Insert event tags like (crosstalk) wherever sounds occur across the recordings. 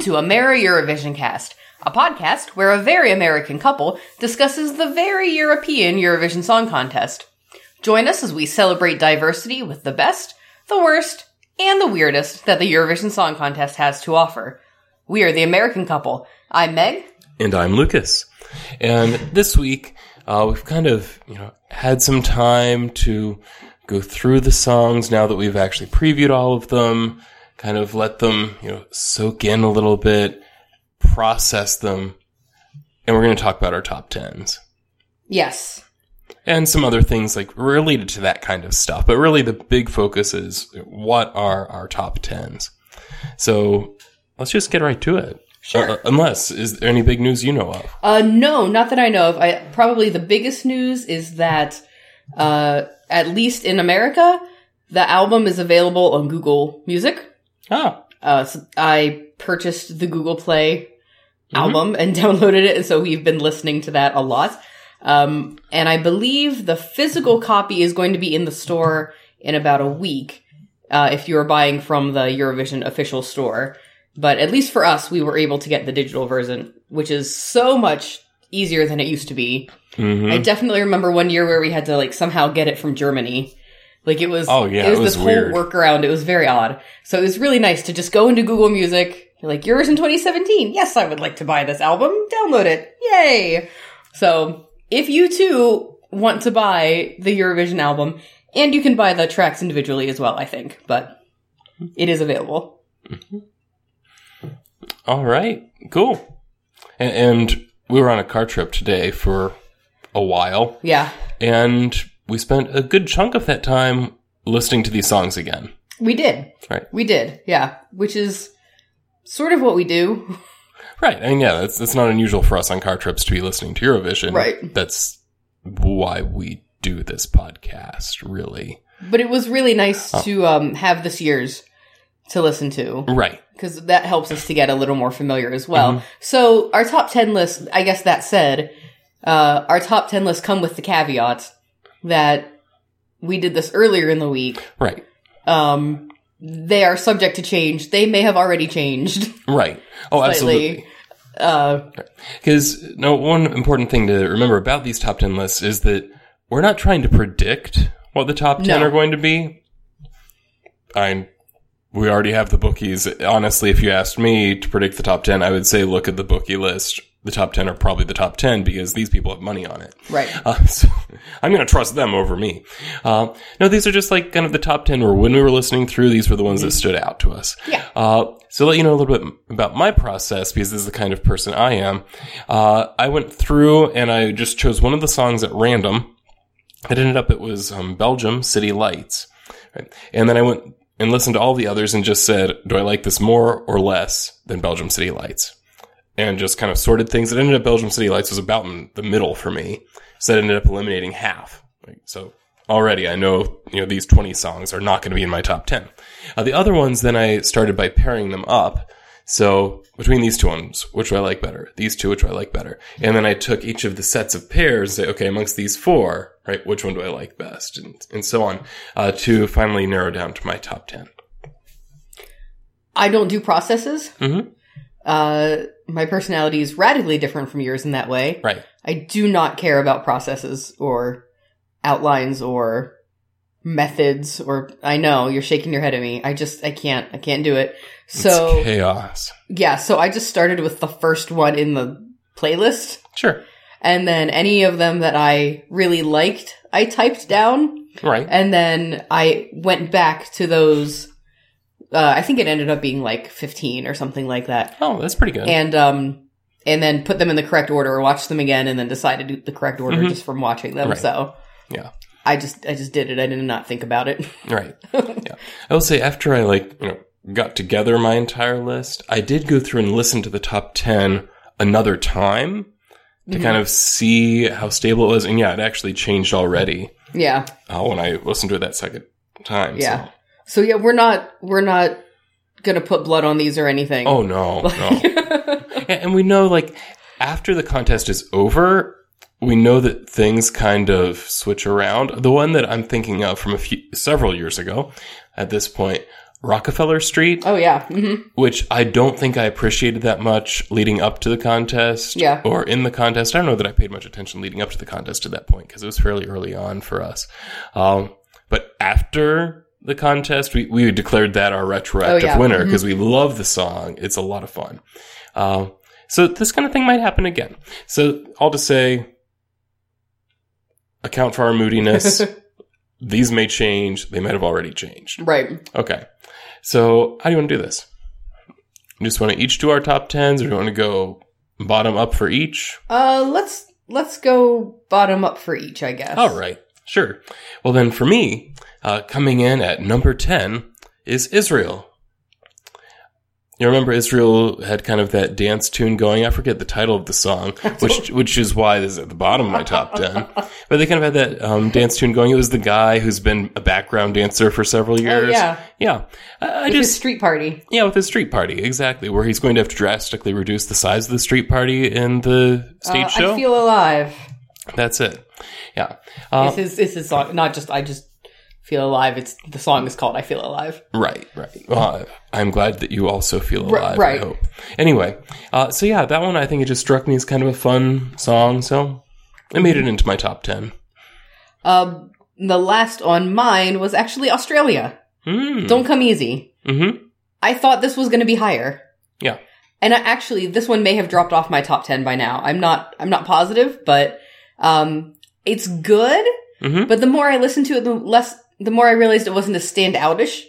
to a Merry Eurovision Cast, a podcast where a very American couple discusses the very European Eurovision Song Contest. Join us as we celebrate diversity with the best, the worst, and the weirdest that the Eurovision Song Contest has to offer. We are the American couple. I'm Meg. And I'm Lucas. And this week, uh, we've kind of, you know, had some time to go through the songs now that we've actually previewed all of them, kind of let them, you know, soak in a little bit, process them. And we're going to talk about our top tens Yes. and some other things like related to that kind of stuff. But really, the big focus is what are our top tens. So let's just get right to it. Sure. Uh, unless is there any big news you know of? Uh, no, not that I know of. I probably the biggest news is that, uh, at least in America, the album is available on Google Music. Ah, Uh, so I purchased the Google Play album (laughs) and downloaded it, and so we've been listening to that a lot. Um, and I believe the physical copy is going to be in the store in about a week uh, if you are buying from the Eurovision official store. But at least for us, we were able to get the digital version, which is so much easier than it used to be. Mhm. I definitely remember one year where we had to like somehow get it from Germany. Like it was Oh, yeah, it was, it was this weird. whole workaround. It was very odd. So it was really nice to just go into Google Music. You're like yours in 2017. Yes, I would like to buy this album. Download it. Yay. So if you too want to buy the Eurovision album, and you can buy the tracks individually as well, I think, but it is available. All right, cool. And, and we were on a car trip today for a while, Yeah. and we spent a good chunk of that time listening to these songs again. We did. Right. We did. Yeah. Which is sort of what we do. (laughs) Right. I mean, yeah, that's that's not unusual for us on car trips to be listening to Eurovision. Right. That's why we do this podcast, really. But it was really nice to um, have this year's to listen to Right. because that helps us to get a little more familiar as well. So our top ten list, I guess that said, uh, our top ten list come with the caveat that we did this earlier in the week. Right. Um, they are subject to change. They may have already changed (laughs) Right. Oh, absolutely. slightly. Uh, Because no one important thing to remember about these top ten lists is that we're not trying to predict what the top ten No. are going to be. I we already have the bookies. Honestly, if you asked me to predict the top ten, I would say look at the bookie list. The top ten are probably the top ten because these people have money on it. right. (laughs) Uh, so I'm going to trust them over me. Uh, no, these are just like kind of the top 10 where when we were listening through, these were the ones that stood out to us. Yeah. Uh, so let you know a little bit about my process because this is the kind of person I am. Uh, I went through and I just chose one of the songs at random. It ended up it was um, Belgium City Lights, right? and then I went and listened to all the others and just said, "Do I like this more or less than Belgium City Lights?" And just kind of sorted things. It ended up Belgium City Lights was about in the middle for me, so that ended up eliminating half. Like, so already I know you know these twenty songs are not going to be in my top ten. Uh, the other ones then I started by pairing them up. So between these two ones, which do I like better? These two, which do I like better? And then I took each of the sets of pairs and say, okay, amongst these four, right, which one do I like best? And, and so on, uh, to finally narrow down to my top 10. I don't do processes. Mhm. Uh, my personality is radically different from yours in that way. Right. I do not care about processes or outlines or methods or I know you're shaking your head at me. I just I can't I can't do it. So it's chaos. yeah, so I just started with the first one in the playlist Sure. and then any of them that I really liked, I typed down Right. and then I went back to those uh, I think it ended up being like 15 or something like that Oh, that's pretty good. and um and then put them in the correct order or watch them again and then decided to do the correct order Mhm. just from watching them Right. so Yeah. i just i just did it i did not think about it Right. Yeah. I will say after I like, you know, got together my entire list, I did go through and listen to the top 10 another time to Mm-hmm. kind of see how stable it was. And yeah, it actually changed already (laughs) yeah uh, when I listened to it that second time. so- Yeah. so yeah we're not we're not gonna put blood on these or anything Oh, no, no. (laughs) And and we know, like, after the contest is over, we know that things kind of switch around. The one that I'm thinking of from a few several years ago, at this point, Rockefeller Street, (laughs) Oh yeah. hmm which I don't think I appreciated that much leading up to the contest Yeah. or in the contest. I don't know that I paid much attention leading up to the contest at that point because it was fairly early on for us. Um, but after the contest, we, we declared that our retroactive Oh, yeah. winner because we love the song. It's a lot of fun. Um, so this kind of thing might happen again. So all to say, account for our (laughs) moodiness. These may change. They might have already changed. Right. Okay. So how do you want to do this? You just want to each do our top tens, or do you want to go bottom up for each? Uh, let's let's go bottom up for each, I guess. All right. Sure. Well, then for me, uh, coming in at number 10 is Israel. You remember Israel had kind of that dance tune going. I forget the title of the song, which which is why this is at the bottom of my top ten. But they kind of had that um, dance tune going. It was the guy who's been a background dancer for several years. Oh, yeah. yeah. I, I It's a just street party. Yeah, with his street party, exactly, where he's going to have to drastically reduce the size of the street party in the stage Uh, show. I feel alive. That's it. Yeah. Uh, This is this is song. Not just I just feel alive. It's the song is called I Feel Alive. Right, right. Well, I- I'm glad that you also feel alive. right. I hope. Anyway, uh, so yeah, that one I think it just struck me as kind of a fun song, so I made it into my top 10. Um, the last on mine was actually Australia. Mm. Don't come easy. hmm I thought this was going to be higher. Yeah. And I, actually, this one may have dropped off my top ten by now. I'm not. I'm not positive, but um, it's good. Mhm. But the more I listened to it, the less. The more I realized it wasn't as standoutish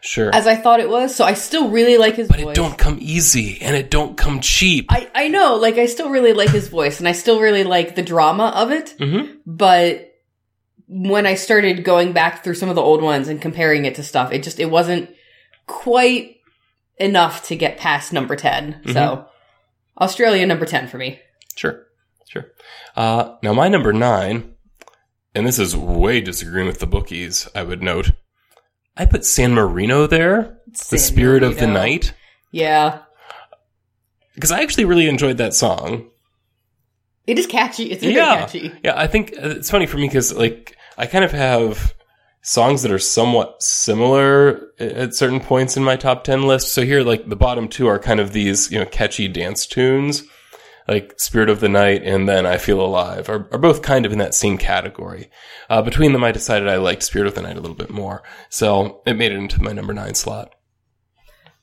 Sure. as I thought it was. So I still really like his but voice. it don't come easy, and it don't come cheap. I I know. Like I still really like his voice, and I still really like the drama of it. Mhm. But when I started going back through some of the old ones and comparing it to stuff, it just it wasn't quite enough to get past number 10 Mm-hmm. So Australia number ten for me. Sure, sure. Uh, now, my number nine, and this is way disagreeing with the bookies, I would note. I put San Marino there, The San Spirit of the Marino. Night, Yeah, because I actually really enjoyed that song. it is catchy. It's really Yeah. catchy. Yeah, I think uh, it's funny for me because, like, I kind of have songs that are somewhat similar a- at certain points in my top 10 list. So here, like, the bottom two are kind of these, you know, catchy dance tunes. like Spirit of the Night and then I Feel Alive are, are both kind of in that same category. Uh, between them, I decided I liked Spirit of the Night a little bit more. So it made it into my number nine slot.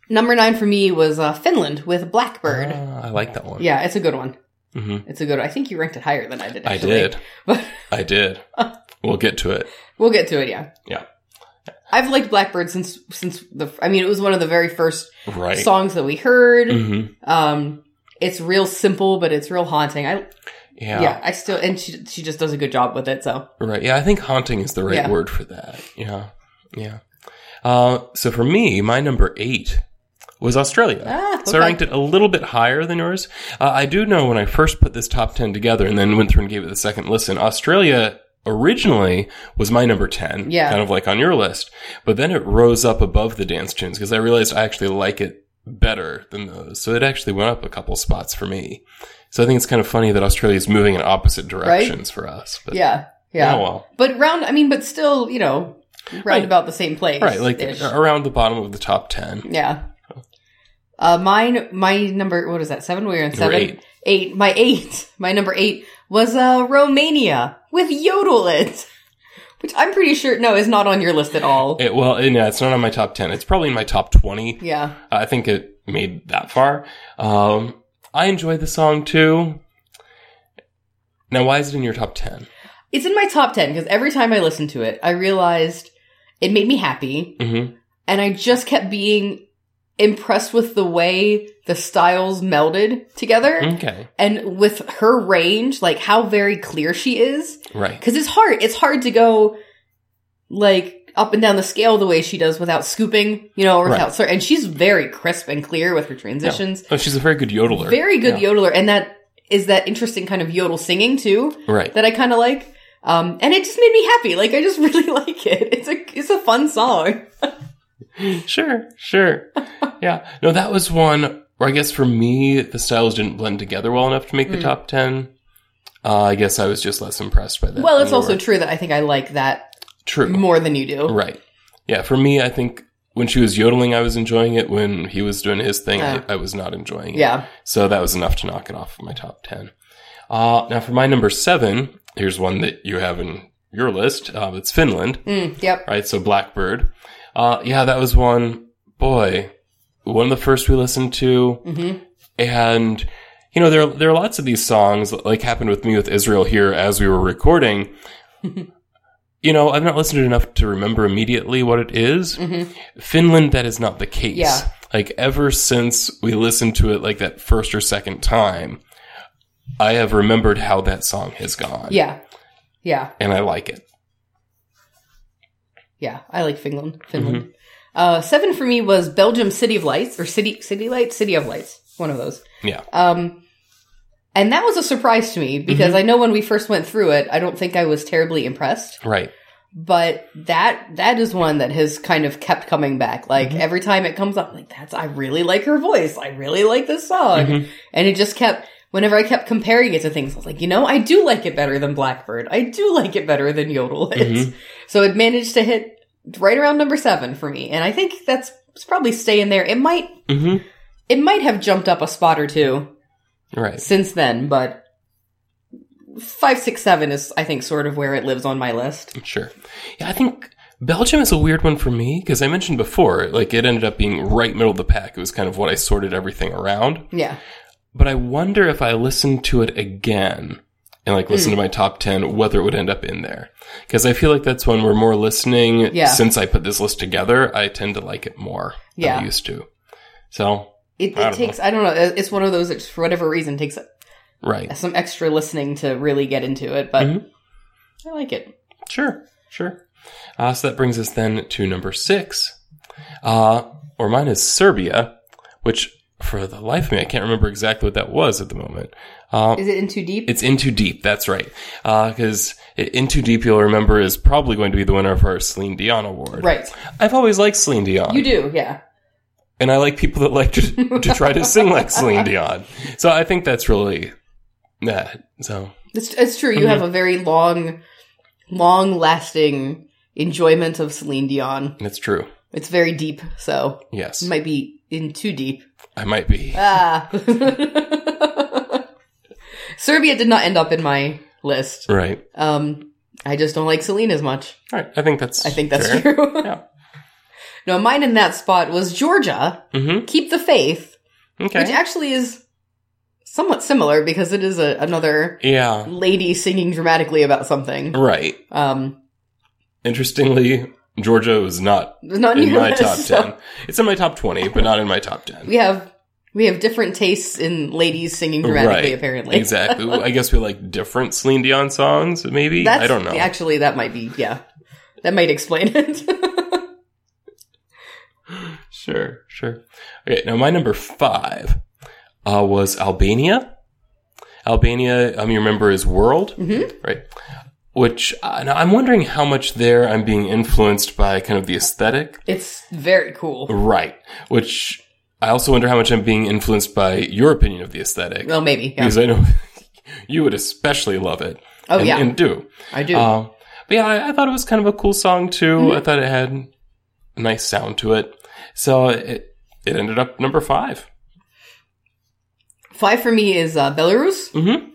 Number nine for me was uh, Finland with Blackbird. Ah, I like that one. yeah, it's a good one. hmm It's a good. one. I think you ranked it higher than I did. I Actually. (laughs) did. I did. We'll get to it. We'll get to it. Yeah. Yeah. I've liked Blackbird since since the. I mean, it was one of the very first Right. songs that we heard. hmm Um, it's real simple, but it's real haunting. I yeah. Yeah. I still and she she just does a good job with it. So Right. Yeah. I think haunting is the right Yeah. word for that. Yeah. Yeah. Uh, so for me, my number eight was Australia. ah, okay. So I ranked it a little bit higher than yours. Uh, I do know when I first put this top 10 together and then went through and gave it the second listen, Australia originally was my number 10, Yeah. kind of like on your list, but then it rose up above the dance tunes because I realized I actually like it better than those. So it actually went up a couple spots for me. So I think it's kind of funny that Australia is moving in opposite directions for us. But yeah, yeah Oh, well. But round. I mean, but still, you know, round Right. about the same place. Right, like uh, ish. around the bottom of the top 10. yeah. Uh, mine, my number. What is that? Seven. We were in Number seven. eight. Eight. My eight. (laughs) My number eight was uh Romania with Yodel It, which I'm pretty sure no is not on your list at all. It, well, yeah, it's not on my top 10. It's probably in my top 20. yeah. I think it made that far. Um, I enjoy the song too. Now, why is it in your top 10? It's in my top 10 because every time I listened to it, I realized it made me happy. Mm-hmm. And I just kept being impressed with the way the styles melded together Okay. and with her range, like how very clear she is. Right. Because it's hard. It's hard to go like up and down the scale the way she does without scooping, you know, or Right. without. And she's very crisp and clear with her transitions. Oh, she's a very good yodeler. Very good Yeah. yodeler. And that is that interesting kind of yodel singing too Right. that I kind of like. Um, and it just made me happy. Like I just (laughs) really like it. It's a it's a fun song. Sure. (laughs) Sure. yeah. No, that was one where I guess for me, the styles didn't blend together well enough to make the Mm. top 10. Uh, I guess I was just less impressed by that. well, than it's you also were. true that I think I like that true. more than you do. Right. Yeah. For me, I think when she was yodeling, I was enjoying it. When he was doing his thing, I, I was not enjoying it. Yeah. So that was enough to knock it off of my top 10. Uh, now, for my number seven, here's one that you have in your list. Uh, it's Finland, Mm, yep. right? So Blackbird. Uh, yeah, that was one, boy, one of the first we listened to. hmm And you know, there there are lots of these songs like happened with me with Israel here as we were (laughs) recording. you know, I've not listened to it enough to remember immediately what it is. Mm-hmm. Finland, that is not the case. Yeah. Like ever since we listened to it like that first or second time, I have remembered how that song has gone. Yeah. Yeah. And I like it. Yeah. I like Finland. Finland. Uh, seven for me was Belgium City of Lights or City City Lights City of Lights. One of those. Yeah. Um, and that was a surprise to me because I know when we first went through it, I don't think I was terribly impressed. Right. but that that is one that has kind of kept coming back like every time it comes up like that's i really like her voice i really like this song Mhm. and it just kept whenever i kept comparing it to things i was like you know i do like it better than blackbird i do like it better than yodel It's- so it managed to hit right around number seven for me and i think that's it's probably staying there it might hmm it might have jumped up a spot or two Right. since then but five six seven is i think sort of where it lives on my list Sure. Yeah, I think Belgium is a weird one for me because I mentioned before, like it ended up being right middle of the pack. It was kind of what I sorted everything around. yeah But I wonder if I listened to it again and like listen to Hmm. my top 10, whether it would end up in there. Because I feel like that's one where more listening Yeah. since I put this list together, I tend to like it more than Yeah. I used to. So, It, I it don't takes, I don't know, it- it's one of those that just for whatever reason takes right. some extra listening to really get into it, but Mhm. I like it. Sure. Sure. Uh, so that brings us then to number six. Uh, or mine is Serbia, which for the life of me, I can't remember exactly what that was at the moment. Uh, Is it in too deep? It's In Too Deep. That's right. Because In Too Deep, you'll remember, is probably going to be the winner of our Celine Dion award. right. I've always liked Celine Dion. You do, yeah. And I like people that like (laughs) to, to try to sing like Celine Dion. So I think that's really that. So, It's, it's true. You Mm-hmm. have a very long, long lasting enjoyment of Celine Dion. that's true. It's very deep, so Yes. it might be in too deep. I might be. Ah. (laughs) Serbia did not end up in my list. Right. Um, I just don't like Celine as much. All right. I think that's I think that's fair. true. Yeah. (laughs) No, mine in that spot was Georgia. Mm-hmm. Keep the Faith, Okay. which actually is somewhat similar because it is a, another yeah. lady singing dramatically about something. Right. Um, Interestingly, Georgia was not not in your my list, top 10. so It's in my top 20, but not in my top 10. We have we have different tastes in ladies singing dramatically. Right. Apparently, (laughs) Exactly. I guess we like different Celine Dion songs, maybe? That's, I don't know. Actually, that might be yeah. That might explain it. (laughs) Sure, sure. Okay, now my number five uh, was Albania. Albania, um, you remember, is World, Mhm. right? Which uh, now I'm wondering how much there I'm being influenced by kind of the aesthetic, it's very cool. right? Which I also wonder how much I'm being influenced by your opinion of the aesthetic, Well, maybe. Yeah. because I know (laughs) you would especially love it. Oh and, yeah, and do. I do. Um, but yeah, I, I thought it was kind of a cool song too. I thought it had a nice sound to it. So it it ended up number five. Five for me is uh, Belarus, Mm-hmm.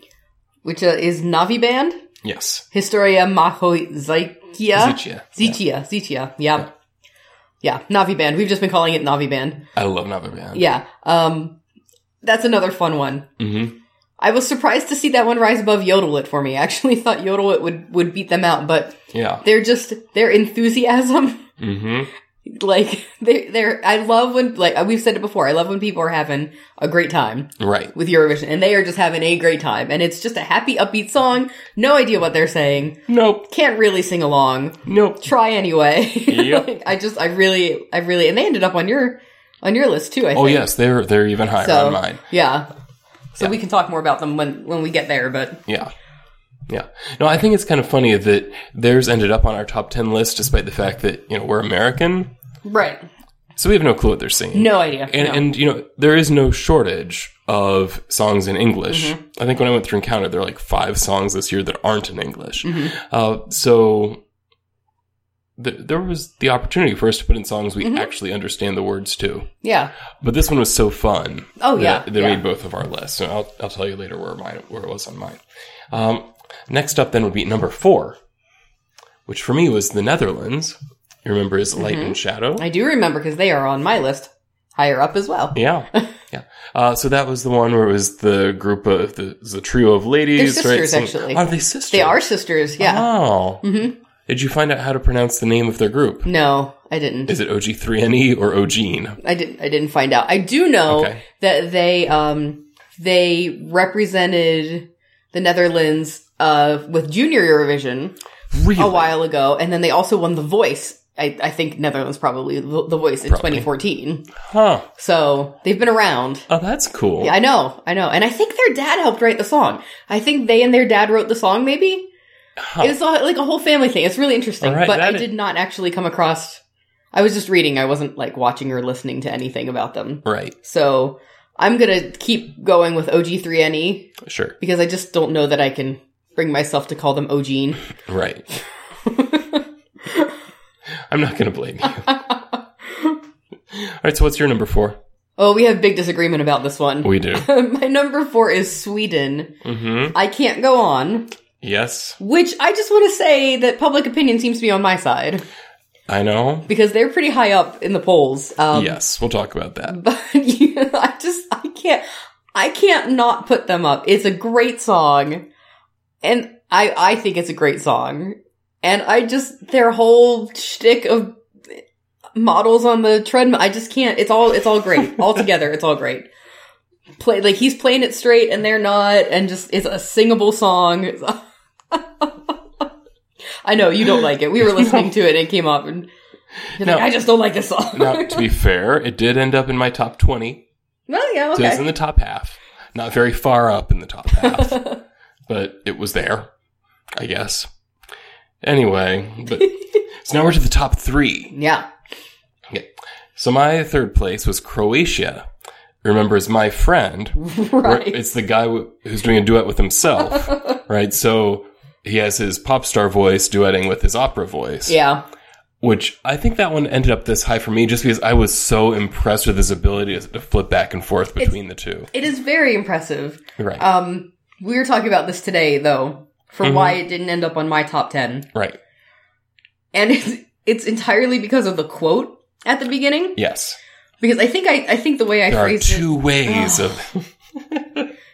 which uh, is Navi band Yes. Historia Mahozaikia. Zichia. Yeah. Zitia, Zitia, yeah. Yeah, Navi Band. We've just been calling it Navi Band. I love Nava Band. Yeah. Um that's another fun one. Mm-hmm. I was surprised to see that one rise above Yodel It for me. I actually (laughs) thought Yodel It would would beat them out, but Yeah. they're just their enthusiasm (laughs) Mm-hmm. like they they're I love when like we've said it before. I love when people are having a great time Right. with Eurovision and they are just having a great time and it's just a happy upbeat song. No idea what they're saying. Nope. Can't really sing along. Nope. try anyway. (laughs) Yep. Like, I just, I really, I really, and they ended up on your, on your list too. I Oh think. yes, they're they're even higher So- on mine. yeah. So we can talk more about them when when we get there. But Yeah. Yeah. No, I think it's kind of funny that theirs ended up on our top ten list despite the fact that, you know, we're American. right, So we have no clue what they're singing. no idea. And, No. and you know there is no shortage of songs in English. Mm-hmm. I think when I went through and counted, Mm-hmm. there are like five songs this year that aren't in English. Uh, so th- there was the opportunity for us to put in songs we Mm-hmm. actually understand the words to. Yeah. But this one was so fun. Oh, that- yeah, That yeah. made both of our lists. So I'll, I'll tell you later where mine where it was on mine. Um, next up then would be number four, which for me was the Netherlands. You remember is Light Mm-hmm. and Shadow? I do remember because they are on my list higher up as well. Yeah, (laughs) yeah. Uh, so that was the one where it was the group of the, the trio of ladies. They're right? sisters, singing- actually. Are they sisters? They are sisters. Yeah. Oh. Mhm. Did you find out how to pronounce the name of their group? No, I didn't. Is it OG3NE E or OGene? I didn't. I didn't find out. I do know Okay. that they um they represented the Netherlands uh with Junior Eurovision Really? a while ago, and then they also won the Voice. I, I think Netherlands probably the the Voice in Probably. 2014. Huh. So they've been around. Oh, that's cool. Yeah, I know, I know, and I think their dad helped write the song. I think they and their dad wrote the song. Maybe Huh. It's all, like a whole family thing. It's really interesting, All right, but that I is- did not actually come across. I was just reading. I wasn't like watching or listening to anything about them. Right. So I'm gonna keep going with OG3NE Sure. E, because I just don't know that I can bring myself to call them OGene. (laughs) Right. I'm not going to blame you. All right. So what's your number four? Oh, we have big disagreement about this one. We do. (laughs) My number four is Sweden. Mm-hmm. I can't go on, Yes. which I just want to say that public opinion seems to be on my side I know. because they're pretty high up in the polls. Um, yes. We'll talk about that. but (laughs) you know, I just I can't I can't not put them up. It's a great song, and I I think it's a great song, and I just their whole shtick of models on the treadmill. I just can't. It's all it's all (laughs) great all together. It's all great. Play like he's playing it straight and they're not, and just it's a singable song. (laughs) I know you don't like it. (laughs) We were listening to it and it came up, and you're No. like, I just don't like this song. Now, to be fair, it did end up in my top 20. (laughs) well, yeah, So okay. it's in the top half. Not very far up in the top (laughs) half, but it was there, I guess. Anyway, but so now we're to the top three. Yeah. (laughs) Okay. So my third place was Croatia. Remember, is my friend. where Right. It's the guy w- who's doing a duet with himself, (laughs) right? So he has his pop star voice duetting with his opera voice, Yeah. which I think that one ended up this high for me just because I was so impressed with his ability to to flip back and forth between the two. It is very impressive. Right. Um, we were talking about this today, though, for Mm-hmm. why it didn't end up on my top 10. right. And (laughs) it's, it's entirely because of the quote at the beginning. Yes. Because I think I, I think the way I There are phrased it. two ways (sighs) of.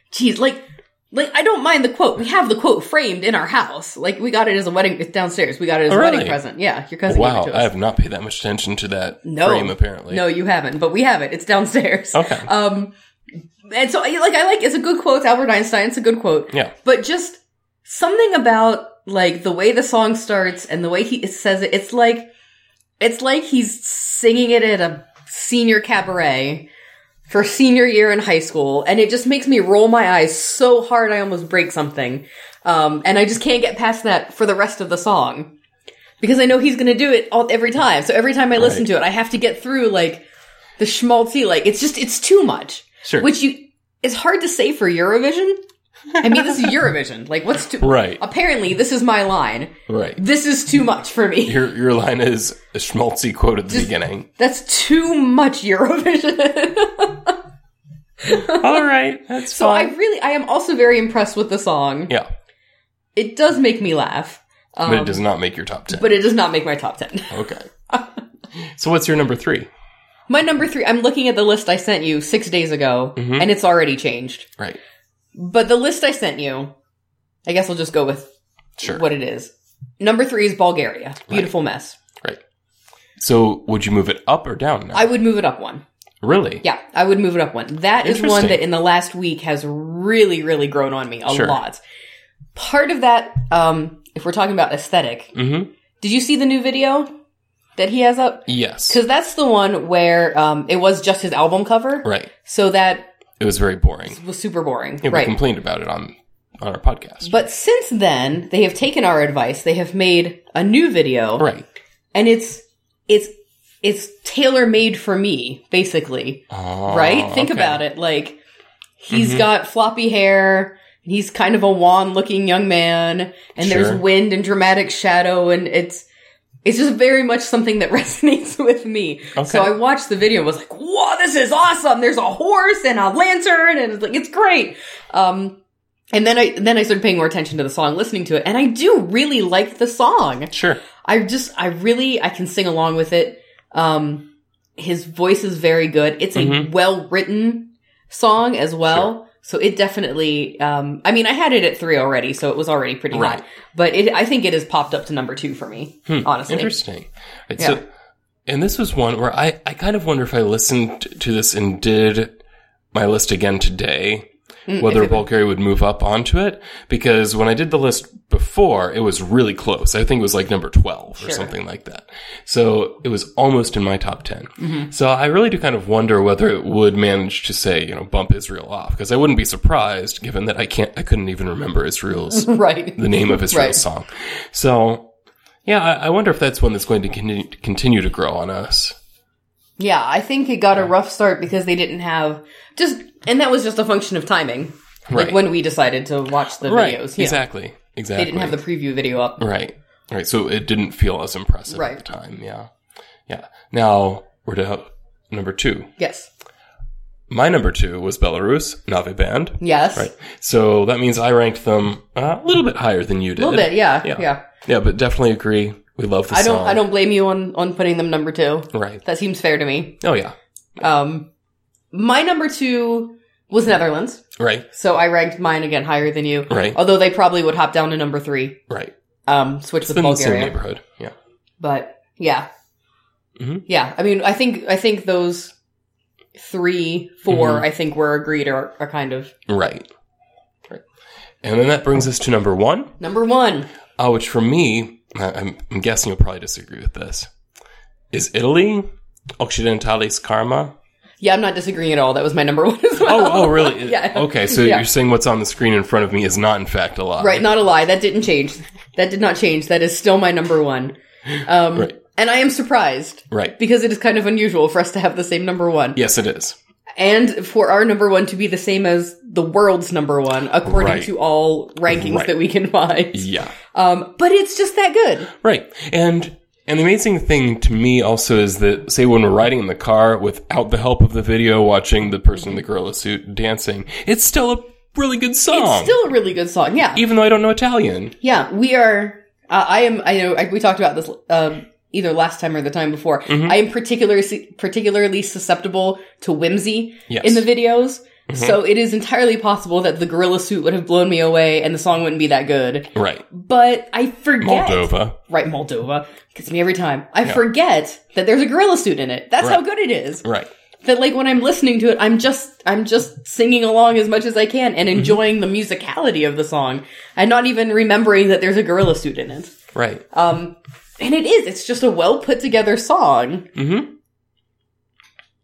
Geez, like, like, I don't mind the quote. We have the quote framed in our house. Like, we got it as a wedding, it's downstairs. We got it as a Oh, wedding really? Oh, present. Yeah, your cousin gave Wow, it to I us. have not paid that much attention to that No. frame. Apparently, No, you haven't, but we have it. It's downstairs. Okay. Um, and so, I- like, I like, it's a good quote. It's Albert Einstein. It's a good quote. Yeah. But just something about, like, the way the song starts and the way he says it, it's like, it's like he's singing it at a senior cabaret for senior year in high school. And it just makes me roll my eyes so hard I almost break something. Um, and I just can't get past that for the rest of the song because I know he's going to do it all, every time. So every time I listen Right. to it, I have to get through like the schmaltzy. Like it's just it's too much. Sure. Which you it's hard to say for Eurovision. I mean, this is Eurovision. (laughs) Like what's too Right. Apparently, this is my line. right. This is too much for me. Your your line is a schmaltzy quote at the (laughs) beginning. That's too much Eurovision. (laughs) All right, that's so I really I am also very impressed with the song. yeah, It does make me laugh, but Um, it does not make your (laughs) top ten. but it does not make my top 10. okay. so what's your number three? (laughs) My number 3, I'm looking at the list I sent you 6 days ago Mhm. and it's already changed. Right. But the list I sent you, I guess I'll just go with Sure. what it is. Number three is Bulgaria. Beautiful mess. Right. So would you move it up or down now? I would move it up one. really? Yeah, I would move it up one. That is one Interesting. that in the last week has really, really grown on me a Sure. lot. Part of that, um, if we're talking about aesthetic, Mm-hmm. did you see the new video that he has up? Yes. Because that's the one where um, it was just his album cover. Right. So that It was very boring. was super boring. Yeah, We right. complained about it on on our podcast. But since then, they have taken our advice. They have made a new video. right. and it's it's it's tailor made for me basically Oh, right think okay. about it like he's Mhm. got floppy hair and he's kind of a wan looking young man and Sure. there's wind and dramatic shadow and it's It's just very much something that (laughs) resonates with me. Okay. So I watched the video and was like, whoa, this is awesome. There's a horse and a lantern and it's like, it's great. Um, and then I, then I started paying more attention to the song, listening to it. And I do really like the song. Sure. I just, I really, I can sing along with it. Um, his voice is very good. It's a Mhm. well written song as well. So it definitely, um, I mean, I had it at three already, so it was already pretty Right. high. But it, I think it has popped up to number two for me, Hmm, honestly. Interesting. It's Yeah. a- and this was one where I, I kind of wonder if I listened to this and did my list again today, Mm, if whether it- Bulgaria would move up onto it. Because when I did the list before, it was really close. I think it was like number 12 or Sure. something like that. So it was almost in my top 10. Mm-hmm. So I really do kind of wonder whether it would manage to say, you know, bump Israel off. Because I wouldn't be surprised given that I can't, I couldn't even remember Israel's (laughs) Right. the name of Israel's Right. song. So, yeah, I, I wonder if that's one that's going to continue, continue to grow on us. Yeah, I think it got a rough start because they didn't have just, and that was just a function of timing. Right. Like when we decided to watch the videos. Yeah. Exactly. Exactly. They didn't have the preview video up. right. Right. So it didn't feel as impressive at Right. the time. Yeah. Yeah. Now we're to number two. Yes. My number two was Belarus, Nave Band. Yes. Right. So that means I ranked them uh, a little bit higher than you did. A little bit. Yeah. Yeah. Yeah. Yeah, but definitely agree. We love the I don't, song. I don't blame you on, on putting them number two. Right. That seems fair to me. Oh, yeah. Um, my number two was Netherlands. Right. So I ranked mine again higher than you. Right. Although they probably would hop down to number three. Right. Um, switch It's with in the same Bulgaria. neighborhood. Yeah. but yeah Mhm. yeah i mean i think i think those three four, Mm-hmm. i think were agreed are, are kind of Right. Right. And then that brings us to number one, number one uh, which for me, I- I'm, I'm guessing you'll probably disagree with this, is Italy, Occidentalis (laughs) Karma. yeah i'm not disagreeing at all that was my number (laughs) one as well Oh, oh, (laughs) really? Yeah. Okay, so Yeah. you're saying what's on the screen in front of me is not, in fact, a lie. right not a lie that didn't change that did not change that is still my number one um Right. and i am surprised Right. because it is kind of unusual for us to have the same number one Yes, it is. and for our number one to be the same as the world's number one according Right. to all rankings Right. that we can find Yeah. um but it's just that good Right. And and the amazing thing to me also is that say when we're riding in the car without the help of the video watching the person in the gorilla suit dancing, it's still a really good song. It's still a really good song. Yeah, even though I don't know Italian. yeah. We are. Uh, I am. I know. I, we talked about this um, either last time or the time before. Mm-hmm. I am particularly particularly susceptible to whimsy Yes. Mm-hmm. in the videos. So it is entirely possible that the gorilla suit would have blown me away and the song wouldn't be that good. Right. But I forget. Moldova. Right, Moldova. Gets me every time. I forget that there's a gorilla suit in it. That's how Right. good it is. Right. That like when I'm listening to it, I'm just I'm just singing along as much as I can Mm-hmm. and enjoying the musicality of the song and not even remembering that there's a gorilla suit in it. Right. Um and it is, it's just a well put together song. mm-hmm.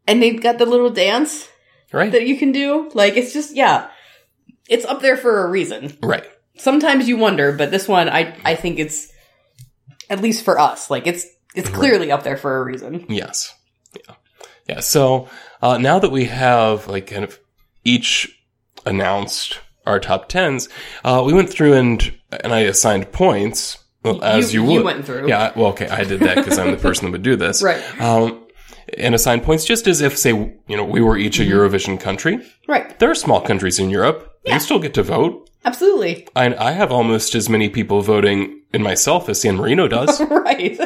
And they've got the little dance Right. that you can do. Like it's just yeah. It's up there for a reason. right. Sometimes you wonder, but this one I I think it's at least for us, like it's it's clearly up there for a reason. Yes. Yeah. Yeah. So uh, now that we have like kind of each announced our top tens, uh, we went through and and I assigned points well, as you, would. you went through. Yeah. I- Well, okay. I did that because (laughs) I'm the person that would do this. Right. Um, and assigned points just as if, say, you know, we were each Mm-hmm. a Eurovision country. Right. There are small countries in Europe. They still get to vote. Absolutely. (laughs) I, I have almost as many people voting in myself as San (laughs) Marino does. Right.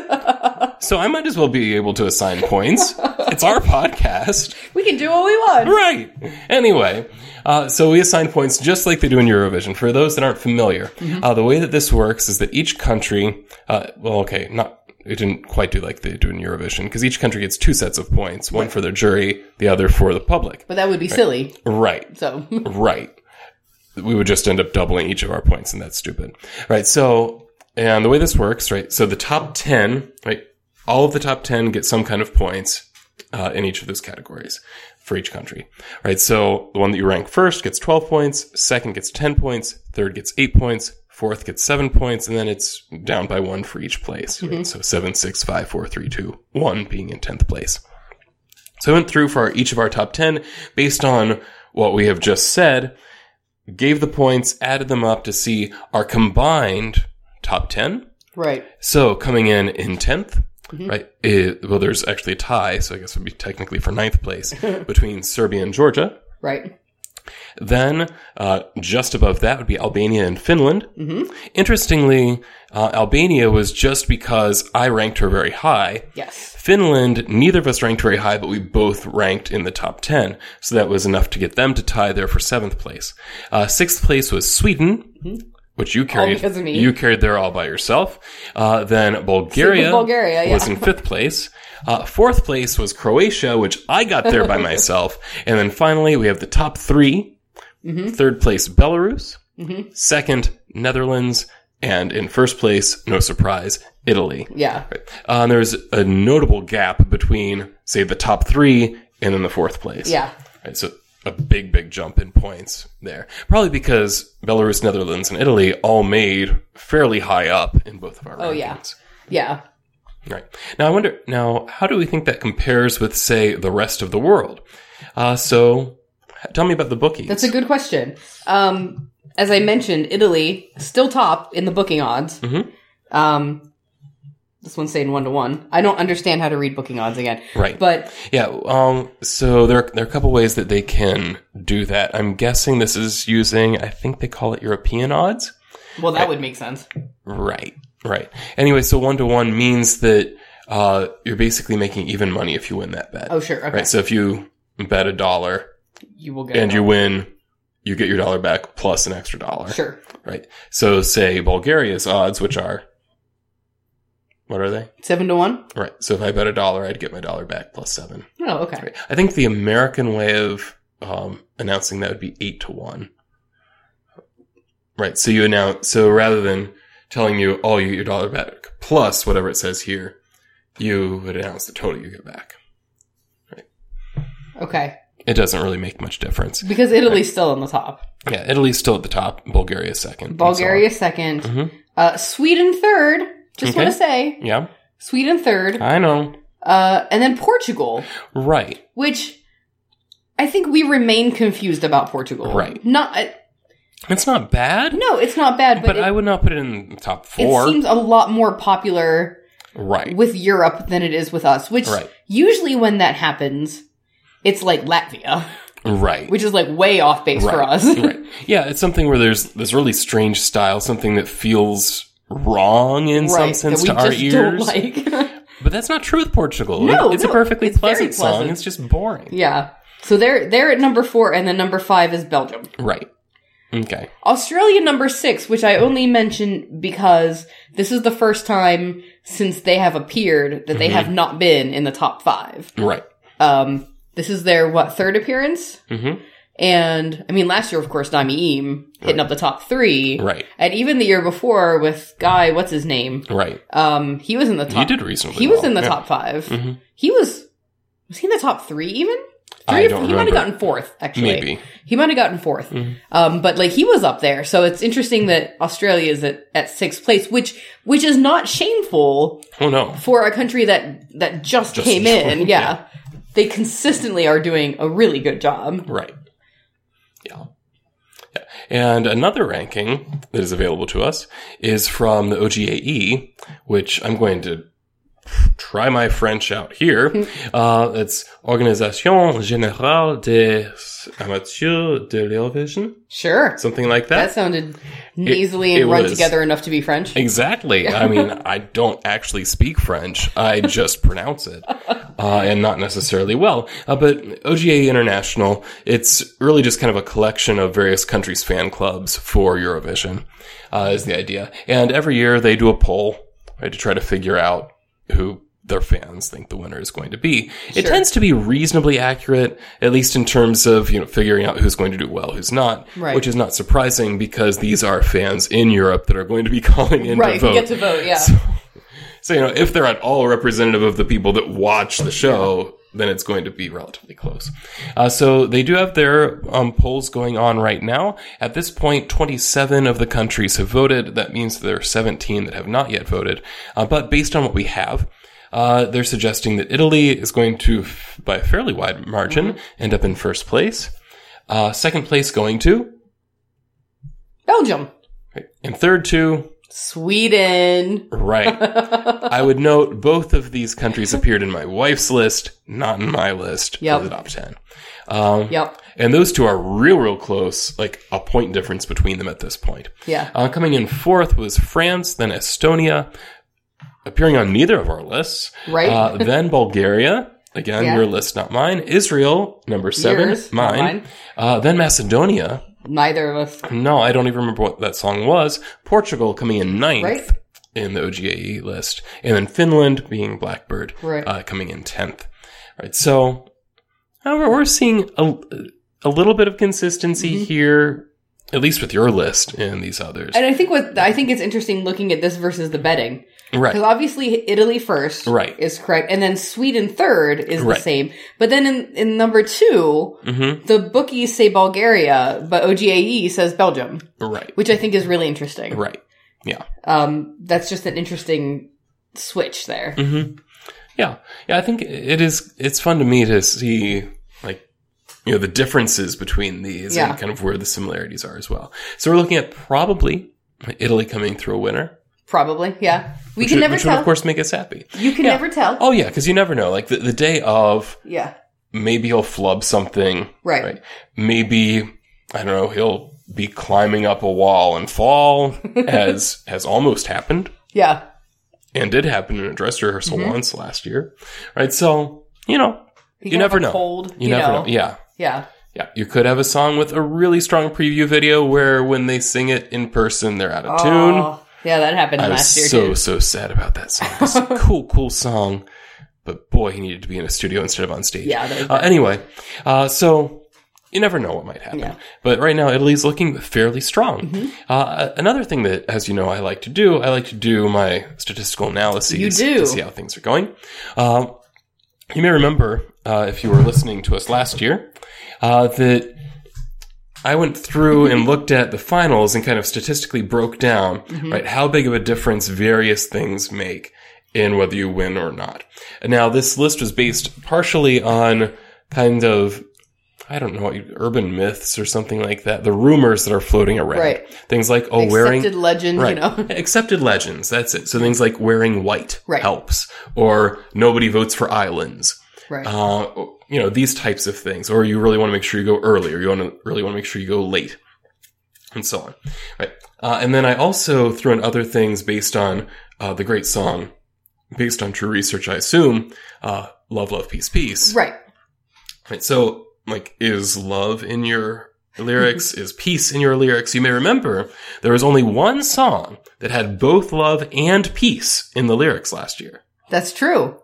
so I might as well be able to assign points. it's our podcast. we can do what we want. Right. Anyway, uh, so we assign points just like they do in Eurovision. For those that aren't familiar, uh, the way that this works is that each country, uh, well, okay, not. It didn't quite do like they do in Eurovision because each country gets two sets of points, one for their jury, the other for the public. But that would be silly. Right. So Right. We would just end up doubling each of our points, and that's stupid. Right. So, and the way this works, right? So the top 10, right? All of the top 10 get some kind of points uh, in each of those categories for each country, right? So the one that you rank first gets 12 points, second gets 10 points, third gets eight points, fourth gets seven points, and then it's down by one for each place. right? So seven, six, five, four, three, two, one being in 10th place. So I went through for our, each of our top 10 based on what we have just said, gave the points, added them up to see our combined top 10 (laughs) Right. So coming in in 10th, right? It, well, there's actually a tie, so I guess it would be technically for ninth place between Serbia and Georgia. Right. Then uh, just above that would be Albania and Finland. Interestingly, uh, Albania was just because I ranked her very high. Yes. Finland, neither of us ranked very high, but we both ranked in the top 10. So that was enough to get them to tie there for seventh place. Uh, sixth place was Sweden, which you Mm-hmm. carried. because of me. You carried there all by yourself. Uh, then Bulgaria, Bulgaria, yeah. was in fifth place. Uh, fourth place was Croatia, which I got (laughs) there by myself. And then finally, we have the top 3 Mm-hmm. Third place, Belarus. Second, Netherlands. And in first place, no surprise, Italy. Yeah. Uh, and there's a notable gap between, say, the top three and then the fourth place. Yeah. Right, so a big, big jump in points there. Probably because Belarus, Netherlands, and Italy all made fairly high up in both of our Oh, yeah. rankings. Yeah. Right. Now, I wonder, now, how do we think that compares with, say, the rest of the world? Uh, so, h- tell me about the bookies. That's a good question. Um, as I mentioned, Italy still top in the booking odds. Mhm. Um, this one's saying one to one. I don't understand how to read booking odds again, right. but Yeah. Um, so there, there are a couple ways that they can do that. I'm guessing this is using, I think they call it European odds. well, that would make sense. Right. Right. Anyway, so one to one means that uh, you're basically making even money if you win that bet. Oh, sure. Okay. Right. So if you bet a dollar you will get and it. you win, you get your dollar back plus an extra dollar. Sure. Right. So say Bulgaria's odds, which are what are they? Seven to one? Right. So if I bet a dollar, I'd get my dollar back plus seven. Oh, okay. Right. I think the American way of um, announcing that would be eight to one. Right. So you announce. So rather than telling you, "Oh, you get your dollar back plus whatever it says here," you would announce the total you get back. Okay. It doesn't really make much difference. Because Italy's still on the top. Yeah, Italy's still at the top. Bulgaria second. and so on. Bulgaria 2nd Mhm. Uh, Sweden third. Just Okay. want to say Yeah, Sweden third. I know. Uh, and then Portugal, Right. which I think we remain confused about Portugal. Right. Not. Uh, It's not bad. no, it's not bad, but, but it, I would not put it in the top it four. seems a lot more popular right. with Europe than it is with us. Which Right. usually when that happens, it's like Latvia, (laughs) Right. which is like way off base for Right. us. right. Yeah, it's something where there's this really strange style, something that feels wrong in some Right, sense that to we our just don't ears. like. (laughs) But that's not true with Portugal. No, it's no, a perfectly it's very pleasant, song. pleasant. It's just boring. Yeah. So they're they're at number four, and then number five is Belgium. Right. Okay. Australia number six, which I only mention because this is the first time since they have appeared that they Mm-hmm. have not been in the top five. Right. Um, this is their what third appearance, Mm-hmm. and I mean last year, of course, Naeem hitting up the top three, Right. and even the year before with guy, what's his name? Right. Um, he was in the top. You did reasonably. He was well. in the Oh, Yeah. top 5 Mhm. He was was he in the top three even? Three I or- don't he might have remember. gotten fourth actually. Maybe. Mm-hmm. He might have gotten 4th Um, but like he was up there. So it's interesting that Australia is at, at sixth place, which, which is not shameful Oh no. for a country that, that just, Just came (laughs) in. joined, Yeah. They consistently are doing a really good job. Right. Yeah. Yeah. And another ranking that is available to us is from the OGAE, E, which I'm going to try my French out here. uh, it's Organisation Générale des Amateurs de l'Eurovision, Sure. something like that. That sounded nasily it and run was. together enough to be French. (laughs) Exactly. I mean, I don't actually speak French. I just pronounce it, uh, and not necessarily well. Uh, but OGA International, it's really just kind of a collection of various countries' fan clubs for Eurovision, uh, is the idea. And every year they do a poll right, to try to figure out who their fans think the winner is going to be. It Sure. tends to be reasonably accurate, at least in terms of you know figuring out who's going to do well, who's not, Right. which is not surprising because these are fans in Europe that are going to be (laughs) calling in to Right. You vote. get to vote. (laughs) Yeah. so you know, if they're at all representative of the people that watch the show, then it's going to be relatively close. Uh, so they do have their um, polls going on right now. At this point, 27 of the countries have voted. That means there are 17 that have not yet voted. Uh, but based on what we have. Uh, they're suggesting that Italy is going to, f- by a fairly wide margin, end up in first place. Uh, second place going to, Belgium. and third to Sweden. (laughs) Right. I would note both of these countries appeared in my wife's list, not in my list Yep. for the top 10. Um, Yep. And those two are real, real close, like a point difference between them at this point. Yeah. Uh, coming in fourth was France, then Estonia, appearing on neither of our lists. Right. (laughs) Uh, then Bulgaria, again, Yeah. your list, not mine. Israel, number seven, Yours, not mine. mine. Uh, then Macedonia. Neither of us. No, I don't even remember what that song was. Portugal coming in ninth Right. in the OGAE E list, and then Finland being Blackbird Right. uh, coming in tenth. Right, so uh, we're, we're seeing a, a little bit of consistency Mm-hmm. here, at least with your list and these others. And I think what I think it's interesting looking at this versus the betting. right, Because obviously Italy first Right. is correct, and then Sweden third is Right. the same. But then in, in number two, Mhm. the bookies say Bulgaria, but OGAE E says Belgium, right, which I think is really interesting. right. Um, that's just an interesting switch there. Mm-hmm. Yeah, yeah. I think it is. It's fun to me to see like you know the differences between these Yeah. and kind of where the similarities are as well. So we're looking at probably Italy coming through a winner. Probably, yeah. We which can would- never which would tell. of course make us happy. you can yeah. never tell. Oh yeah, because you never know. Like the, the day of, Yeah, maybe he'll flub something. Right. Maybe I don't know. He'll be climbing up a wall (laughs) and fall, as has almost happened yeah, and did happen in a dress rehearsal Mm-hmm. once last year. Right. So you know, He You can have never a know. Cold, you, never know. Yeah. Yeah, Yeah, you could have a song with a really strong preview video where when they sing it in person, they're out of tune. Oh, yeah, that happened I was last year so too. so sad about that song. (laughs) It's a cool, cool song, but boy, he needed to be in a studio instead of on stage. Yeah, that was Uh, anyway, uh, so you never know what might happen. Yeah. Mm-hmm. But right now, Italy's looking fairly strong. Uh, another thing that, as you know, I like to do, I like to do my statistical analyses You do. to see how things are going. Um, you may remember, uh, if you were listening to us last year, uh, that I went through and looked at the finals and kind of statistically broke down, Mm-hmm. right, how big of a difference various things make in whether you win or not. And now, this list was based partially on kind of, I don't know, what you- urban myths or something like that, the rumors that are floating around. Right. Things like, oh, wearing. Accepted legend, Right. you know. (laughs) Accepted legends. That's it. So things like wearing white Right. helps, or nobody votes for islands. right. Uh, you know these types of things, or you really want to make sure you go early, or you want to really want to make sure you go late, and so on. Right. Uh, and then I also threw in other things based on uh, the great song, based on true research, I assume. Uh, love, love, peace, peace. right. Right. So, like, is love in your lyrics? is peace in your lyrics? You may remember there was only one song that had both love and peace in the lyrics last year, That's true.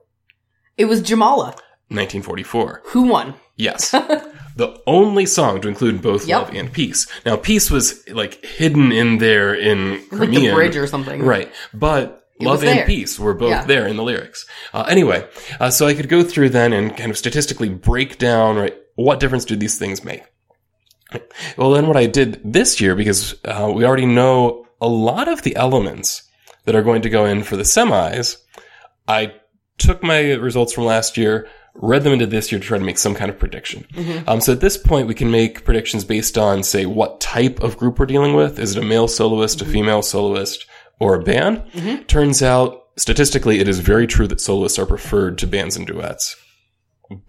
It was Jamala 1944. who won. (laughs) Yes. the only song to include both Yep. love and peace. Now, peace was, like, hidden in there in Like Crimean. the bridge or something. Right. But love was and there. peace were both Yeah. there in the lyrics. Uh, anyway, uh, so I could go through then and kind of statistically break down, right, what difference do these things make? Well, then what I did this year, because uh, we already know a lot of the elements that are going to go in for the semis, I took my results from last year, read them into this year to try to make some kind of prediction. Um, so at this point, we can make predictions based on, say, what type of group we're dealing with. Is it a male soloist, a female soloist, or a band? Turns out, statistically, it is very true that soloists are preferred to bands and duets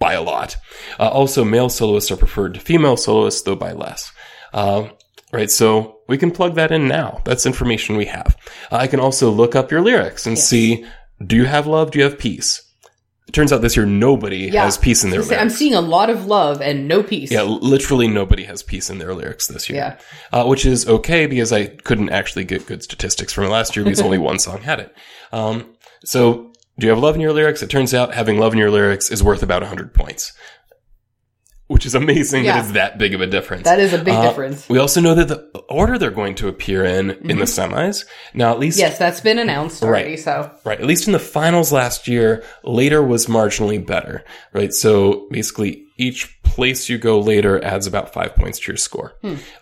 by a lot. Uh, also, male soloists are preferred to female soloists, though by less. Uh, right, so we can plug that in now. That's information we have. Uh, I can also look up your lyrics and see do you have love? Do you have peace? It turns out this year nobody Yeah. has peace in their I'm lyrics. seeing a lot of love and no peace. Yeah, literally nobody has peace in their lyrics this year. Uh, which is okay because I couldn't actually get good statistics from last year (laughs) because only one song had it. Um, so, do you have love in your lyrics? It turns out having love in your lyrics is worth about 100 points, which is amazing Yeah. that it's that big of a difference. That is a big Uh, difference. We also know that the order they're going to appear in in the semis. Now, at least Yes, that's been announced already, Right. so Right. At least in the finals last year, later was marginally better. Right. So basically, each place you go later adds about five points to your score.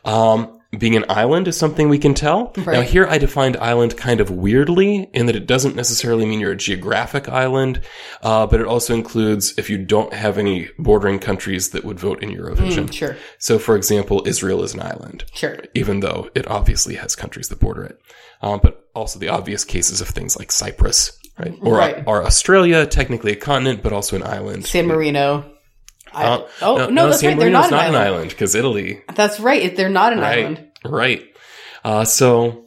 Um, being an island is something we can tell. Now, Right. here I defined island kind of weirdly in that it doesn't necessarily mean you're a geographic island, uh, but it also includes if you don't have any bordering countries that would vote in Eurovision. Sure, So, for example, Israel is an island, sure. even though it obviously has countries that border it. Um, but also the obvious cases of things like Cyprus, right? Or, Right. or Australia, technically a continent, but also an island. San Marino. I, Uh, oh no, that's San right. They're Marino's not, an island. because Italy That's right. it- They're not an Right. island. Right. Uh, so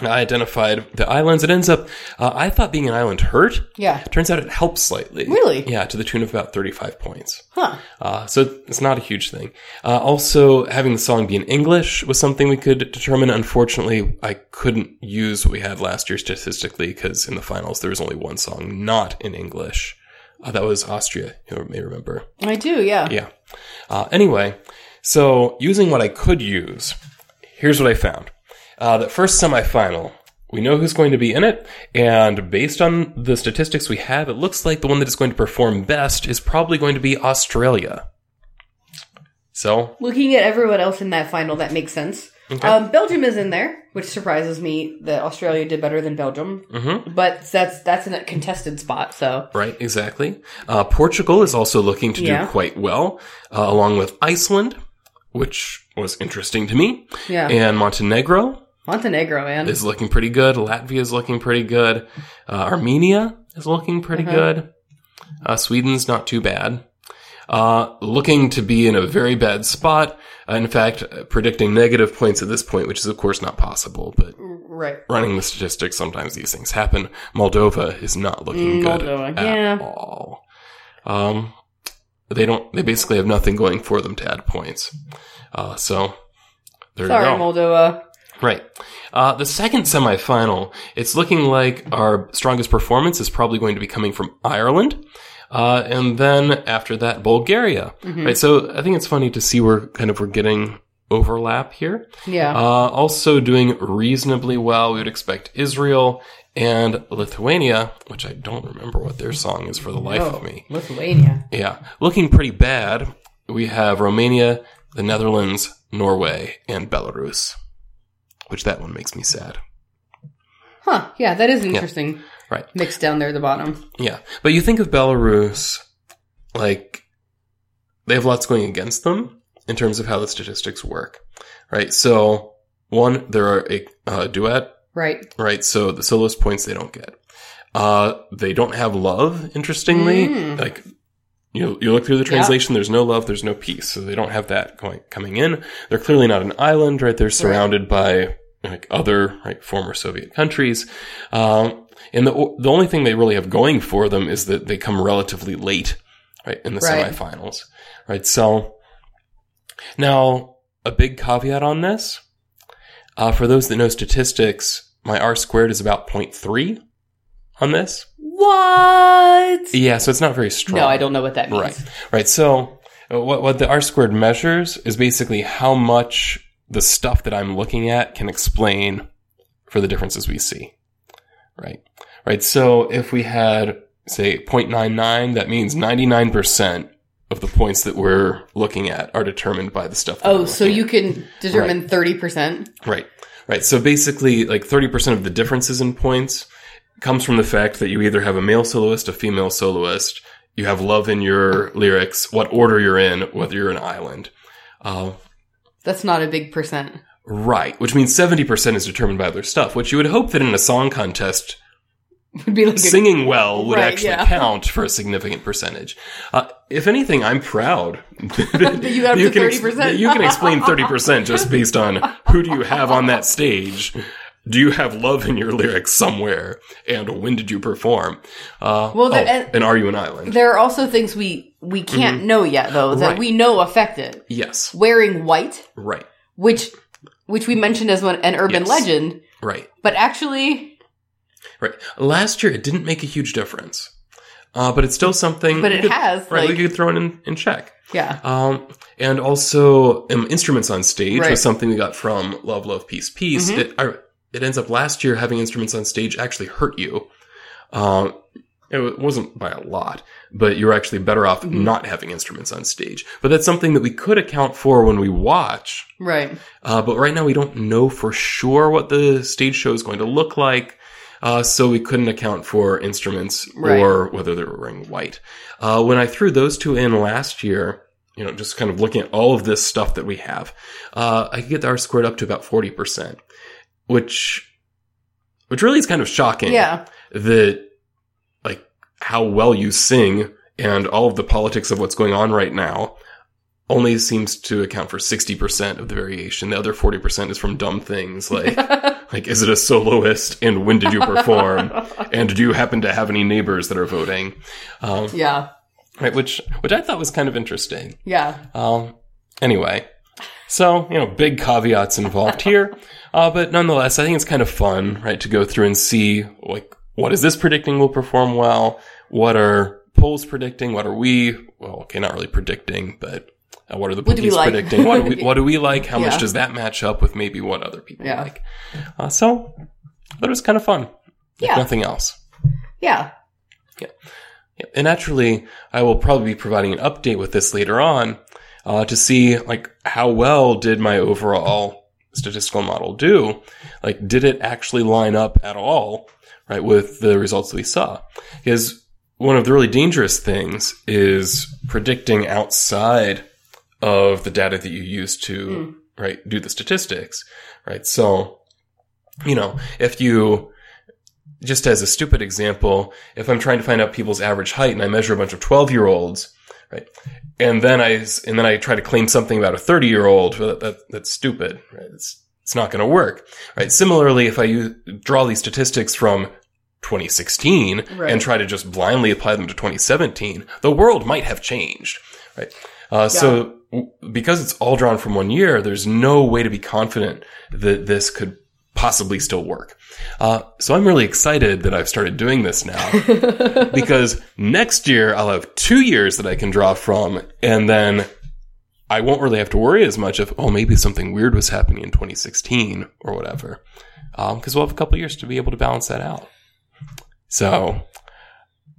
I identified the islands. It ends up, uh, I thought being an island hurt. Yeah. Turns out it helps slightly. Really? Yeah, to the tune of about 35 points. Huh. Uh, so it's not a huge thing. Uh, also, having the song be in English was something we could determine. Unfortunately, I couldn't use what we had last year statistically because in the finals there was only one song not in English. Uh, that was Austria, you may remember. I do. Yeah. Yeah. Uh, anyway, so using what I could use, here's what I found. Uh, the first semifinal, we know who's going to be in it, and based on the statistics we have, it looks like the one that is going to perform best is probably going to be Australia. So, Looking at everyone else in that final, that makes sense. Um, Belgium is in there, which surprises me that Australia did better than Belgium. Mm-hmm. But that's that's in a contested spot, so right, exactly. Uh, Portugal is also looking to Yeah. do quite well, uh, along with Iceland, which was interesting to me, yeah. and Montenegro, Montenegro, man. is looking pretty good. Latvia is looking pretty good. Uh, Armenia is looking pretty Mm-hmm. good. Uh, Sweden's not too bad. Uh, looking to be in a very bad spot. Uh, in fact, uh, predicting negative points at this point, which is of course not possible, but right. running the statistics, sometimes these things happen. Moldova is not looking good Moldova, at yeah. all. Um, they don't. They basically have nothing going for them to add points. Uh, so there Sorry, you go. Moldova. Right. Uh, the second semifinal, it's looking like our strongest performance is probably going to be coming from Ireland. Uh, and then after that, Bulgaria. Right. So I think it's funny to see where kind of we're getting overlap here. Yeah. Uh, also doing reasonably well. We would expect Israel and Lithuania, which I don't remember what their song is for the life Oh, of me. Lithuania. Yeah. Looking pretty bad. We have Romania, the Netherlands, Norway, and Belarus. Which that one makes me sad. Huh. Yeah, that is interesting. Right. Mixed down there at the bottom. Yeah. But you think of Belarus, like, they have lots going against them in terms of how the statistics work. Right. So, one, there are a uh, duet Right. right? So the soloist points they don't get. Uh, they don't have love, interestingly. Mm. Like you, you look through the Yeah. translation, there's no love, there's no peace, so they don't have that going coming in. They're clearly not an island, right? They're surrounded by like other right, former Soviet countries. Um, and the o- the only thing they really have going for them is that they come relatively late, right, in the Right. semifinals, right? So now a big caveat on this. Uh, for those that know statistics, my R squared is about 0.3 on this. What? Yeah, so it's not very strong. No, I don't know what that means. E Right, right. So uh, what what the R squared measures is basically how much the stuff that I'm looking at can explain for the differences we see. Right, right. So if we had say 0.99, that means 99 percent of the points that we're looking at are determined by the stuff. That Oh, we're so looking you can determine thirty percent. Right. Right. So basically, like 30% of the differences in points comes from the fact that you either have a male soloist, a female soloist, you have love in your lyrics, what order you're in, whether you're an island. Uh, That's not a big percent. (laughs) right. Which means 70% is determined by other stuff, which you would hope that in a song contest, Would be like a- singing well would Right, actually yeah. count for a significant percentage. Uh, if anything, (laughs) I'm proud that you got up to can 30%. that (laughs) you can explain 30% just based on who do you have on that stage? Do you have love in your lyrics somewhere? And when did you perform? Uh, Well, the- oh, and- and are you an island? there are also things we we can't know yet though that Mm-hmm. Right. we know affect it. Yes. Wearing white, Right. which which we mentioned as one, an urban Yes. legend, Right. but actually, Right. Last year, it didn't make a huge difference. Uh, but it's still something. But we it could- has, Right. like- we could throw it in, in check. yeah, Um, and also um, instruments on stage Right. was something we got from Love, Love, Peace, Peace. It, I, it ends up last year having instruments on stage actually hurt you. Um, it wa- wasn't by a lot, but you're actually better off not having instruments on stage. But that's something that we could account for when we watch. Right. Uh, but right now, we don't know for sure what the stage show is going to look like. Uh, so we couldn't account for instruments Right. or whether they were wearing white. Uh, when I threw those two in last year, you know, just kind of looking at all of this stuff that we have, uh, I could get the R squared up to about 40%, which, which really is kind of shocking Yeah. that like how well you sing and all of the politics of what's going on right now only seems to account for 60% of the variation. The other 40% is from dumb things like (laughs) like is it a soloist and when did you perform and do you happen to have any neighbors that are voting? Um, yeah. right, which which I thought was kind of interesting. Yeah. Um, anyway, so you know, big caveats (laughs) involved here, uh, but nonetheless, I think it's kind of fun, right, to go through and see like what is this predicting will perform well, what are polls predicting, what are we? Well, okay, not really predicting, but. Uh, what are the What do we bookies like? predicting? What do, we, what do (laughs) we like? How Yeah. much does that match up with maybe what other people Yeah. like? Uh, so, but it was kind of fun. if Yeah. nothing else. Yeah. And naturally, I will probably be providing an update with this later on uh, to see like how well did my overall statistical model do? Like, did it actually line up at all, right, with the results we saw? Because one of the really dangerous things is predicting outside of the data that you use to right do the statistics, right? So, you know, if you just as a stupid example, if I'm trying to find out people's average height and I measure a bunch of 12 year olds, right? And then I, s- and then I try to claim something about a 30 year old, well, that, that, that's stupid, right? It's, it's not going to work, right? Similarly, if I u- draw these statistics from 2016 Right. and try to just blindly apply them to 2017, the world might have changed, right? Uh, so w- because it's all drawn from one year, there's no way to be confident that this could possibly still work. Uh, so I'm really excited that I've started doing this now because next year I'll have two years that I can draw from and then I won't really have to worry as much of, oh, maybe something weird was happening in 2016 or whatever. Because we'll have a couple years to be able to balance that out. So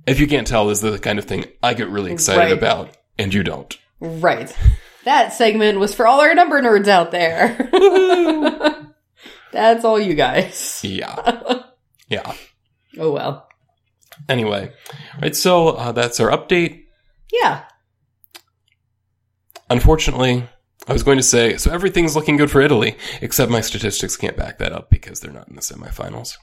if you can't tell, this is the kind of thing I get really excited Right. about and you don't. Right. That segment was for all our number nerds out there. (laughs) That's all you guys. Yeah. yeah. Oh well. Anyway, right. So uh, that's our update. Yeah. Unfortunately, I was going to say so everything's looking good for Italy, except my statistics can't back that up because they're not in the semifinals.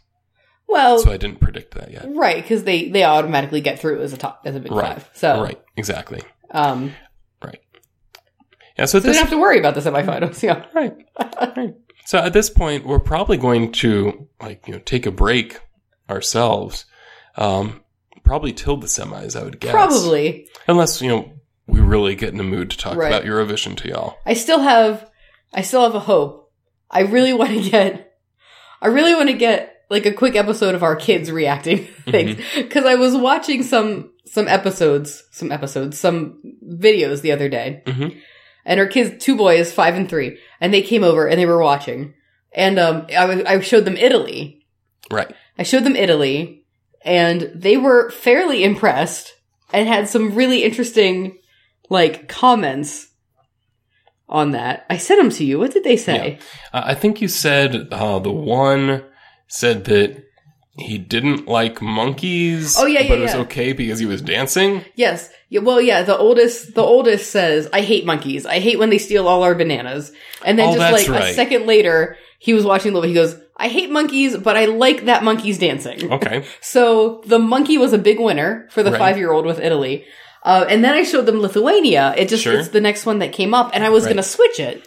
Well, So I didn't predict that yet. right, because they they automatically get through as a top as a big Right. five. So Right. Exactly. um, Yeah. so So, we this don't have to worry about the semifinals. (laughs) Yeah. right. right. So at this point, we're probably going to like you know take a break ourselves, um, probably till the semis. I would guess. Probably. Unless you know we really get in the mood to talk Right. about Eurovision to y'all. I still have I still have a hope. I really (laughs) want to get I really want to get like a quick episode of our kids reacting (laughs) things cuz I was watching some some episodes, some episodes, some videos the other day. Mhm. And her kids, two boys, 5 and 3, and they came over and they were watching. And um I was- I showed them Italy. Right. I showed them Italy and they were fairly impressed and had some really interesting like comments on that. I sent them to you. What did they say? Uh, I think you said uh, the one said that he didn't like monkeys. Oh, yeah, yeah, but it was yeah. okay because he was dancing. Yes. Yeah, well, yeah, the oldest the oldest says, "I hate monkeys. I hate when they steal all our bananas." And then Oh, just like that's a right. second later, he was watching Little he goes, "I hate monkeys, but I like that monkey's dancing." Okay, So the monkey was a big winner for the Right. five year old with Italy. Uh, and then I showed them Lithuania. It just Sure. it's the next one that came up, and I was Right. going to switch it.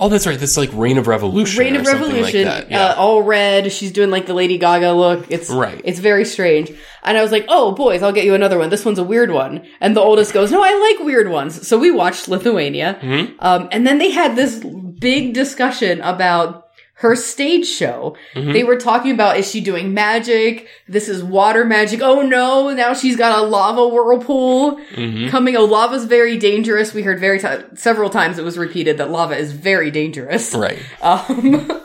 oh, that's right. This like reign of revolution. Reign or of something Revolution, Like that. Yeah. uh, all red. She's doing like the Lady Gaga look. It's Right. It's very strange. And I was like, oh boys, I'll get you another one. This one's a weird one. And the oldest goes, no, I like weird ones. So we watched Lithuania, Mm-hmm. um, and then they had this big discussion about her stage show. Mm-hmm. They were talking about is she doing magic? This is water magic. Oh no, now she's got a lava whirlpool Mm-hmm. coming. Oh, lava's very dangerous. We heard very ti uh, several times it was repeated that lava is very dangerous. right. Um, (laughs)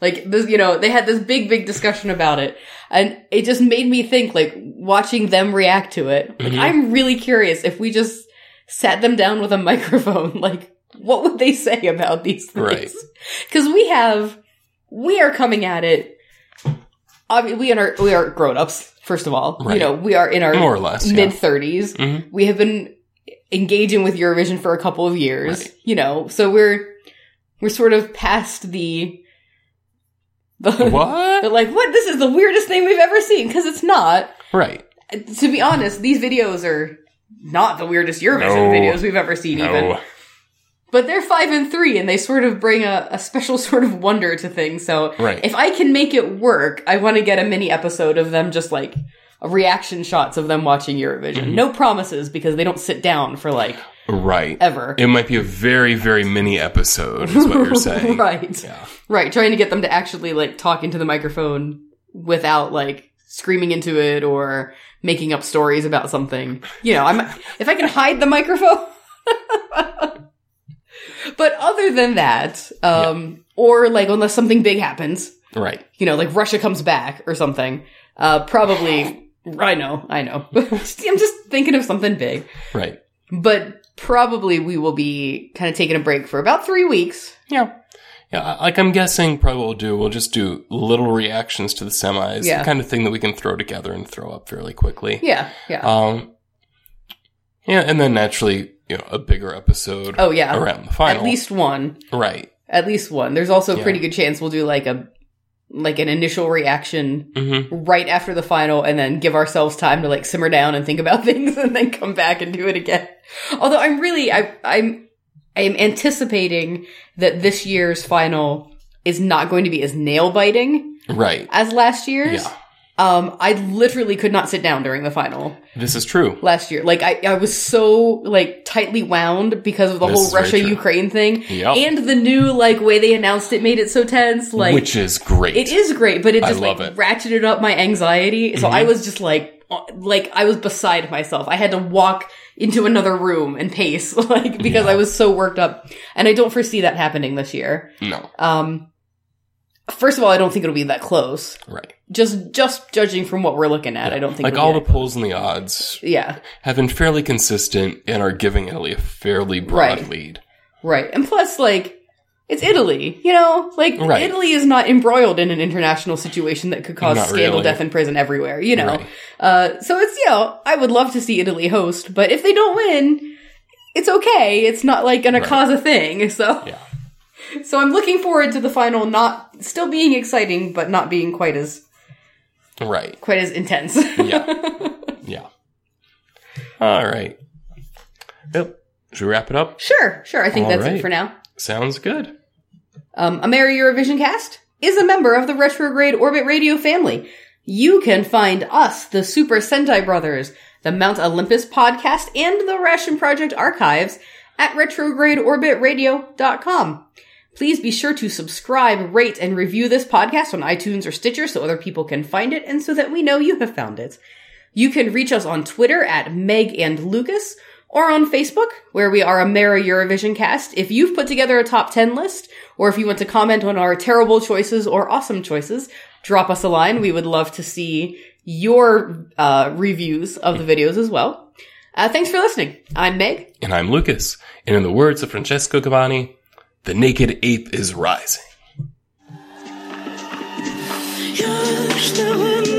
Like this, you know, they had this big, big discussion about it, and it just made me think. Like watching them react to it, like Mhm. I'm really curious if we just sat them down with a (laughs) microphone, like what would they say about these things? (laughs) Right. Because we have, we are coming at it. I mean, we are we are grown ups. First of all, you Right. know, we are in our more or less. mid Yeah. 30s. Mhm. We have been engaging with Eurovision for a couple of years, Right. you know, so we're we're sort of past the (laughs) the What? They're like, what? This is the weirdest thing we've ever seen because it's not. Right. To be honest, these videos are not the weirdest Eurovision No. videos we've ever seen, even. No. But they're five and three, and they sort of bring a, a special (laughs) sort of wonder to things. So Right. if I can make it work, I want to get a mini episode of them just like reaction shots of them watching Eurovision. Mhm. No promises because they don't sit down for like Right. ever. It might be a very, very mini episode, is what you're saying. (laughs) right. Yeah. Right. Trying to get them to actually like talk into the microphone without like screaming into it or making up stories about something. You know, I'm (laughs) if I can hide the microphone. (laughs) but other than that, um or like unless something big happens, Right. you know, like Russia comes back or something. Uh, probably, I know, I know. (laughs) I'm just thinking of something big, Right. but probably we will be kind of taking a break for about three weeks. Yeah. Yeah. Like I'm guessing probably what we'll do, we'll just do little reactions to the semis, Yeah. the kind of thing that we can throw together and throw up fairly quickly. Yeah, yeah. Um, yeah, and then naturally, you know, a bigger episode oh yeah, around the final. at least one, right. at least one. There's also a Yeah. pretty good chance we'll do like a like an initial reaction Mm-hmm. right after the final and then give ourselves time to like simmer down and think about (laughs) things and then come back and do it again. Although I'm really I I'm I'm anticipating that this year's final is not going to be as nail biting Right. as last year's. Yeah. Um I literally could not sit down during the final This is true. last year. Like I I was so like tightly wound because of the This whole is very Russia true. Oh. Ukraine thing. Yep. And the new like way they announced it made it so tense like Which is great. it is great, but it I just like love it. Mm-hmm. ratcheted up my anxiety. So I was just like, uh, like I was beside myself. I had to walk into another room and pace, (laughs) like because Yeah. I was so worked up. And I don't foresee that happening this year. No. Um, first of all, I don't think it'll be that close. Right. Just just judging from what we're looking at, I don't think Like it'll all be the polls and the odds that- yeah, have been fairly consistent and are giving Italy a fairly broad Right. lead. right. And plus, like. It's Italy, you know? Like, Right. Italy is not embroiled in an international situation that could cause Not scandal, really. death, and prison everywhere, you know? Right. Uh, so it's you know I would love to see Italy host, but if they don't win, it's okay. It's not like gonna Right. cause a thing. (laughs) So Yeah. so I'm looking forward to the final not still being exciting, but not being quite as Right. quite as intense. Yeah. yeah. All right. Yep. Should we wrap it (laughs) up? sure, sure. I think All that's it right. for now. Sounds good. Um, a Merry Eurovision Cast is a member of the Retrograde Orbit Radio family. You can find us, the Super Sentai Brothers, the Mount Olympus podcast, and the Ration Project archives at retrogradeorbitradio.com. Please be sure to subscribe, rate, and review this podcast on iTunes or Stitcher so other people can find it and so that we know you have found it. You can reach us on Twitter at Meg and Lucas or on Facebook, where we are a Mara Eurovision cast. If you've put together a top 10 list, or if you want to comment on our terrible choices or awesome choices, drop us a line. We would love to see your uh, reviews of the videos as well. Uh, thanks for listening. I'm Meg. And I'm Lucas. And in the words of Francesco Cavani, the naked ape is rising. You're still in